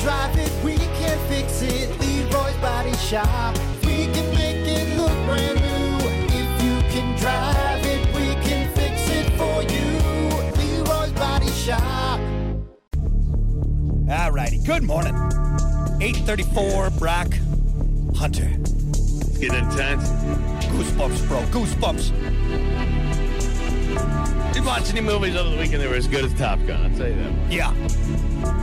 drive it, we can fix it. Leroy's Body Shop. We can make it look brand new. If you can drive it, we can fix it for you. Leroy's Body Shop. All righty. Good morning. 834 Brock Hunter. It's getting intense. Goosebumps, bro. Goosebumps. Didn't watch any movies over the weekend that were as good as Top Gun. I'll tell you that. Yeah.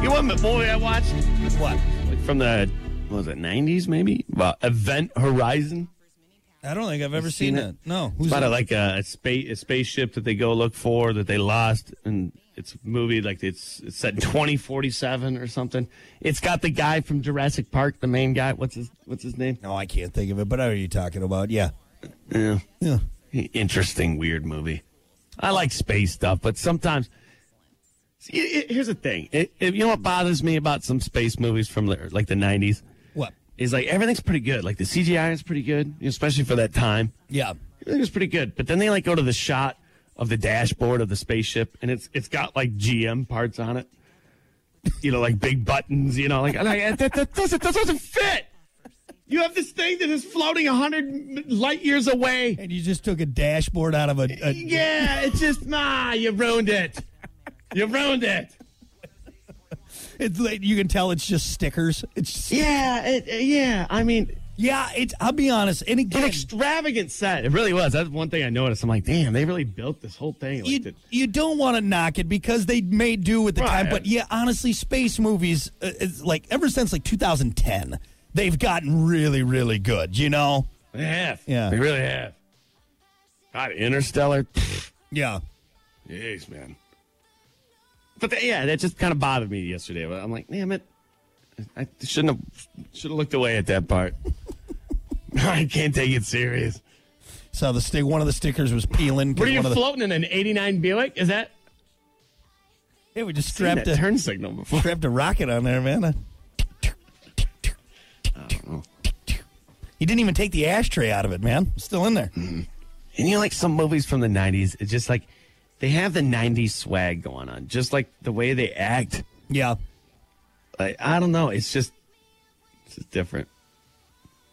You know what movie I watched? What? Like from the, what was it, 90s maybe? Well, Event Horizon. I don't think I've ever seen, seen it? that. No. Who's It's about that? a, like a, a space a spaceship that they go look for that they lost, and it's a movie like it's it's set in twenty forty seven or something. It's got the guy from Jurassic Park, the main guy. What's his What's his name? No, I can't think of it, but I know what you're talking about. Yeah. Yeah. Yeah. Interesting, weird movie. I like space stuff, but sometimes. See, it- it- here's the thing. It, it- you know what bothers me about some space movies from the- like the 90s? What? Is like everything's pretty good. Like the CGI is pretty good, especially for that time. Yeah. It was pretty good. But then they like go to the shot of the dashboard of the spaceship, and it's it's got like GM parts on it. You know, like big buttons. You know, like, and I- that, that doesn't that doesn't fit. You have this thing that is floating hundred light years away. And you just took a dashboard out of a. Uh, a Yeah, it's just nah. You ruined it. You ruined it. It's like you can tell it's just stickers. It's just- Yeah, it, uh, yeah. I mean, yeah. It's. I'll be honest. And an again, extravagant set. It really was. That's one thing I noticed. I'm like, damn, they really built this whole thing. Like, you, the- you don't want to knock it because they made do at the time. Right. But yeah, honestly, space movies, uh, it's like ever since like 2010, they've gotten really, really good. You know? They have. Yeah. They really have. God, Interstellar. pfft, Yeah. Jeez, man. But that- yeah, that just kind of bothered me yesterday. I'm like, damn it. I shouldn't have should have looked away at that part. I can't take it serious. So the stick, one of the stickers was peeling. 'cause What are you one of the, floating in an 89 Buick? Is that Yeah, we just seen strapped a that turn signal before? strapped a rocket on there, man. Uh, He didn't even take the ashtray out of it, man. Still in there. And you know, like some movies from the 90s, it's just like they have the 90s swag going on, just like the way they act. Yeah. Like, I don't know. It's just, it's just different.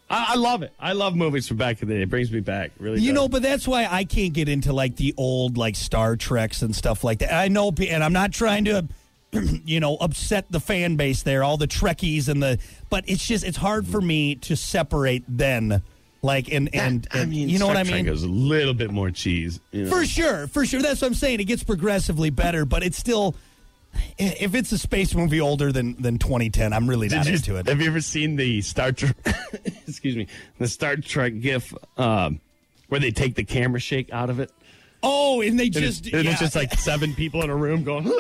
I, I love it. I love movies from back in the day. It brings me back. It Really, You does. know, but that's why I can't get into like the old like Star Treks and stuff like that. I know, and I'm not trying to, you know, upset the fan base there, all the Trekkies and the. But it's just it's hard for me to separate then, like and and, I and- mean, you know what Star I Trek mean. Goes a little bit more cheese. you know. For sure, for sure. That's what I'm saying. It gets progressively better, but it's still. If it's a space movie older than than 2010, I'm really Did not you- into it. Have you ever seen the Star Trek? excuse me, the Star Trek GIF um, where they take the camera shake out of it. Oh, and they And just it's, and yeah. it's just like seven people in a room going,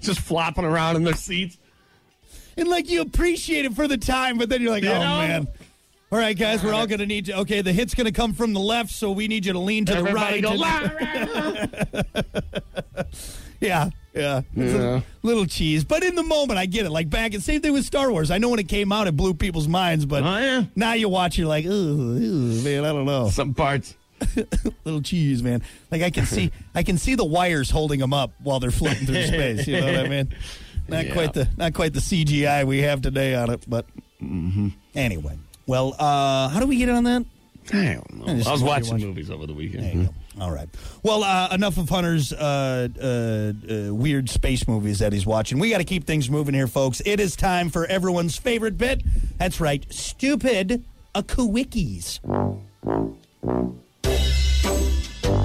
just flopping around in their seats. and like you appreciate it for the time, but then you're like, You oh know? man. All right, guys, we're all going to need to. Okay, the hit's going to come from the left, so we need you to lean to the Everybody go, right. "La, to- la, la." yeah, yeah. It's Yeah. a little cheese, but in the moment, I get it. Like back, and same thing with Star Wars. I know when it came out, it blew people's minds, but Oh, yeah. now you watch, you're like, ooh, ooh, man, I don't know. Some parts. little cheese, man. Like I can see, I can see the wires holding them up while they're floating through space. You know what I mean? Not Yeah. quite the not quite the CGI we have today on it, but anyway. Well, uh, how do we get on that? I don't know. just I was enjoy watching watching. movies over the There you weekend. go. All right. Well, uh, enough of Hunter's uh, uh, uh, weird space movies that he's watching. We got to keep things moving here, folks. It is time for everyone's favorite bit. That's right, stupid akawikis.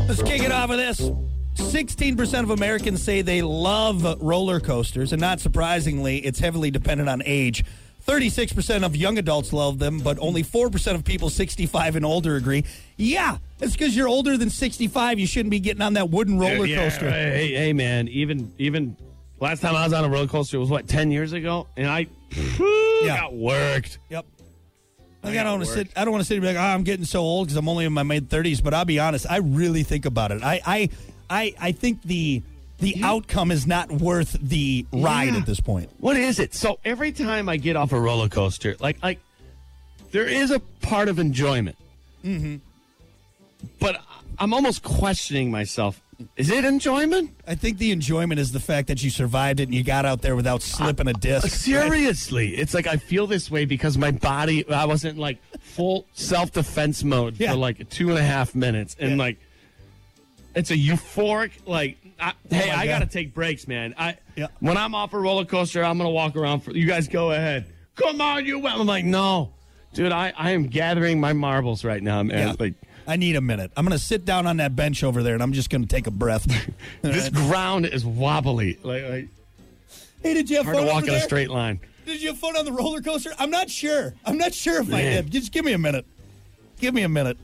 Let's kick it off with this. 16% of Americans say they love roller coasters, and not surprisingly, it's heavily dependent on age. 36% of young adults love them, but only 4% of people 65 and older agree. Yeah, it's because you're older than 65. You shouldn't be getting on that wooden roller Yeah, coaster. hey, hey, man. Even even last time I was on a roller coaster was what ten years ago, and I phew, Yeah. got worked. Yep. I Like, I got don't want to worked. sit. I don't want to sit and be like, oh, I'm getting so old because I'm only in my mid 30s. But I'll be honest, I really think about it. I, I, I, I think the the outcome is not worth the ride Yeah. at this point. What is it? So every time I get off a roller coaster, like like there is a part of enjoyment, mm-hmm. but I- I'm almost questioning myself. Is it enjoyment? I think the enjoyment is the fact that you survived it and you got out there without slipping a disc. Seriously, it's like I feel this way because my body. I was in like full self defense mode Yeah. for like two and a half minutes, and Yeah. like it's a euphoric. Like, I, hey, Oh my I God. gotta take breaks, man. I Yeah. when I'm off a roller coaster, I'm gonna walk around. For you guys, go ahead. Come on, you. I'm like, no, dude. I I am gathering my marbles right now, man. Yeah. Like I need a minute. I'm going to sit down on that bench over there and I'm just going to take a breath. this ground is wobbly. Like, like hey, did you have hard fun to walk over in a there? straight line. Did you have fun on the roller coaster? I'm not sure. I'm not sure if I Man. did. Just give me a minute. Give me a minute.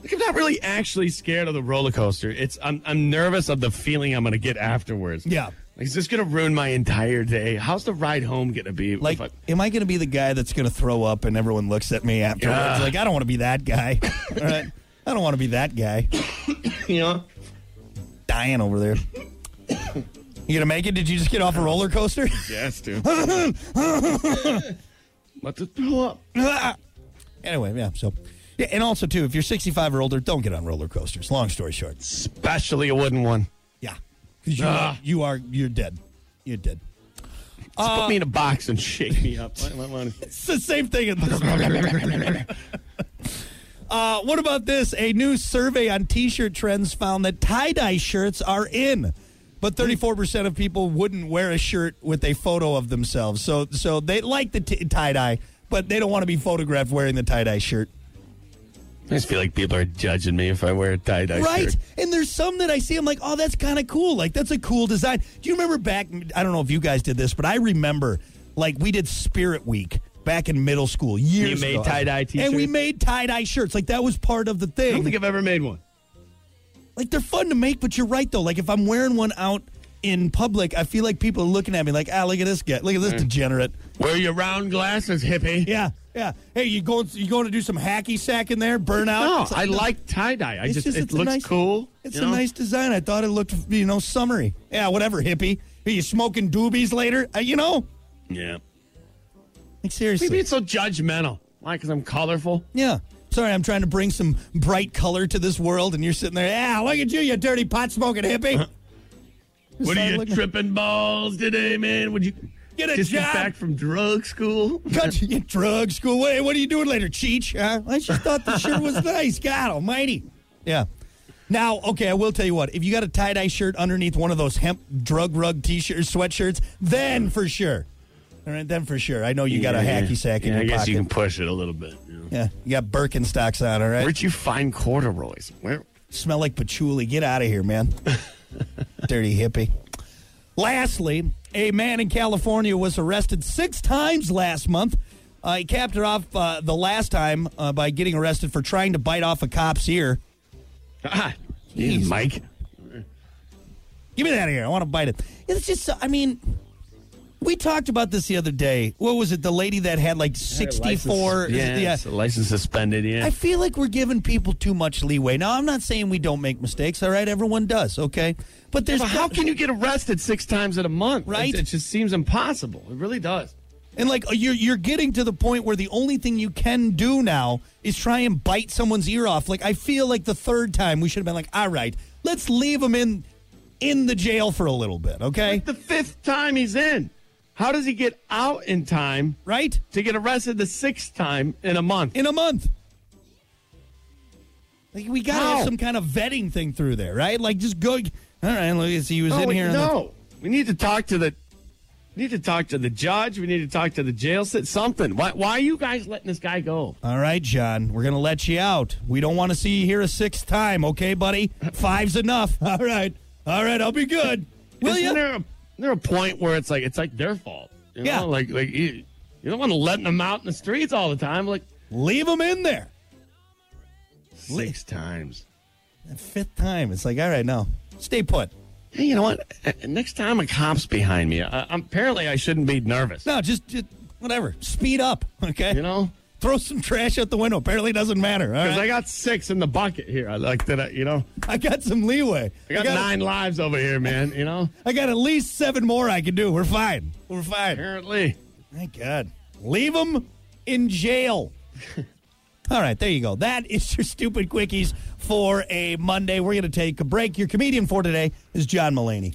Like, I'm not really actually scared of the roller coaster. It's I'm I'm nervous of the feeling I'm gonna get afterwards. Yeah. Like, is this gonna ruin my entire day? How's the ride home gonna be? Like, If I- am I going to be the guy that's going to throw up and everyone looks at me afterwards? Yeah. Like, I don't want to be that guy. All right. I don't want to be that guy. you know, Dying over there. You going to make it? Did you just get off a roller coaster? yes, dude. Let it blow up. anyway, yeah. So, yeah, and also too, if you're 65 or older, don't get on roller coasters. Long story short, Especially a wooden one. yeah, 'Cause you, Ah. you are you're dead. You're dead. Just put me in a box and shake me up. Let- let- let- It's the same thing. In this. uh, what about this? A new survey on T-shirt trends found that tie-dye shirts are in, but 34% of people wouldn't wear a shirt with a photo of themselves. So, so they like the t- tie-dye, but they don't want to be photographed wearing the tie-dye shirt. I just feel like people are judging me if I wear a tie dye right? shirt. And there's some that I see, I'm like, oh, that's kind of cool. Like, that's a cool design. Do you remember back? I don't know if you guys did this, but I remember, like, we did Spirit Week back in middle school years You made ago. tie-dye And we t-shirts? made tie dye shirts. Like, that was part of the I don't thing. think I've ever made one. like, they're fun to make, but you're right, though. Like, if I'm wearing one out in public, I feel like people are looking at me like, ah, look at this guy. Look at Eh. this degenerate. Wear your round glasses, hippie. Yeah, yeah. Hey, you going, you going to do some hacky sack in there? Burn out? No, It's I like, no. like tie dye. I It's just, just- it it's a looks nice- cool. It's you a know? nice design. I thought it looked, you know, summery. Yeah, whatever, hippie. Are you smoking doobies later? Uh, you know, Yeah. like seriously. Maybe it's so judgmental. Why? Because I'm colorful. yeah. Sorry, I'm trying to bring some bright color to this world, and you're sitting there. Yeah, look at you, you dirty pot smoking hippie. What Sorry, are you look- tripping balls today, man? Would you Get a just job. get back from drug school? Cut you drug school. What, what are you doing later, Cheech? Huh? I just thought the shirt was nice. God almighty. Yeah. Now, okay, I will tell you what. If you got a tie dye shirt underneath one of those hemp drug rug t shirts, sweatshirts, then for sure. All right, then for sure. I know you got a Yeah, hacky sack in yeah, your I guess pocket. you can push it a little bit. you know. Yeah, you got Birkenstocks on, all right? Where'd you find corduroys? Where? Smell like patchouli. Get out of here, man. Dirty hippie. Lastly, a man in California was arrested six times last month. Uh, he capped it off uh, the last time uh, by getting arrested for trying to bite off a cop's ear. Ah, geez, Jeez. Mike. Give me that ear. I want to bite it. It's just, so- I mean, we talked about this the other day. What was it? The lady that had like 64. License- Yeah, it's a license suspended. Yeah. uh, I feel like we're giving people too much leeway. Now, I'm not saying we don't make mistakes, all right? Everyone does, okay? But there's But how can you get arrested six times in a month? Right? It, it just seems impossible. It really does. And like you're you're getting to the point where the only thing you can do now is try and bite someone's ear off. Like I feel like the third time we should have been like, all right, let's leave him in in the jail for a little bit, okay? The fifth time he's in. How does he get out in time Right? to get arrested the sixth time in a month? In a month. Like we gotta How? have some kind of vetting thing through there, right? Like just go. All right, look, see, he was No, in we- here. on the- Oh, no. we need to talk to the we need to talk to the judge. We need to talk to the jail. sit- Something. Why? Why are you guys letting this guy go? All right, John, we're going to let you out. We don't want to see you here a sixth time, okay, buddy? Five's enough. All right. All right, I'll be good. Will Isn't you? there a, isn't there a point where it's like it's like their fault? You know? Yeah. Like like you, you don't want to let them out in the streets all the time. Like Leave him in there. six times. The fifth time, it's like, all right, no, stay put. Hey, you know what? Uh, Next time a cop's behind me, I, I'm- apparently I shouldn't be nervous. No, just, just whatever. Speed up, okay? You know. Throw some trash out the window. Apparently, it doesn't matter. All Because I right, got six in the bucket here. I like that. I, you know, I, got some leeway. I got, nine lives over here, man. You know, I got at least seven more I can do. We're fine. We're fine. apparently. Thank God. Leave him in jail. all right, there you go. That is your stupid quickies for a Monday. We're going to take a break. Your comedian for today is John Mullaney.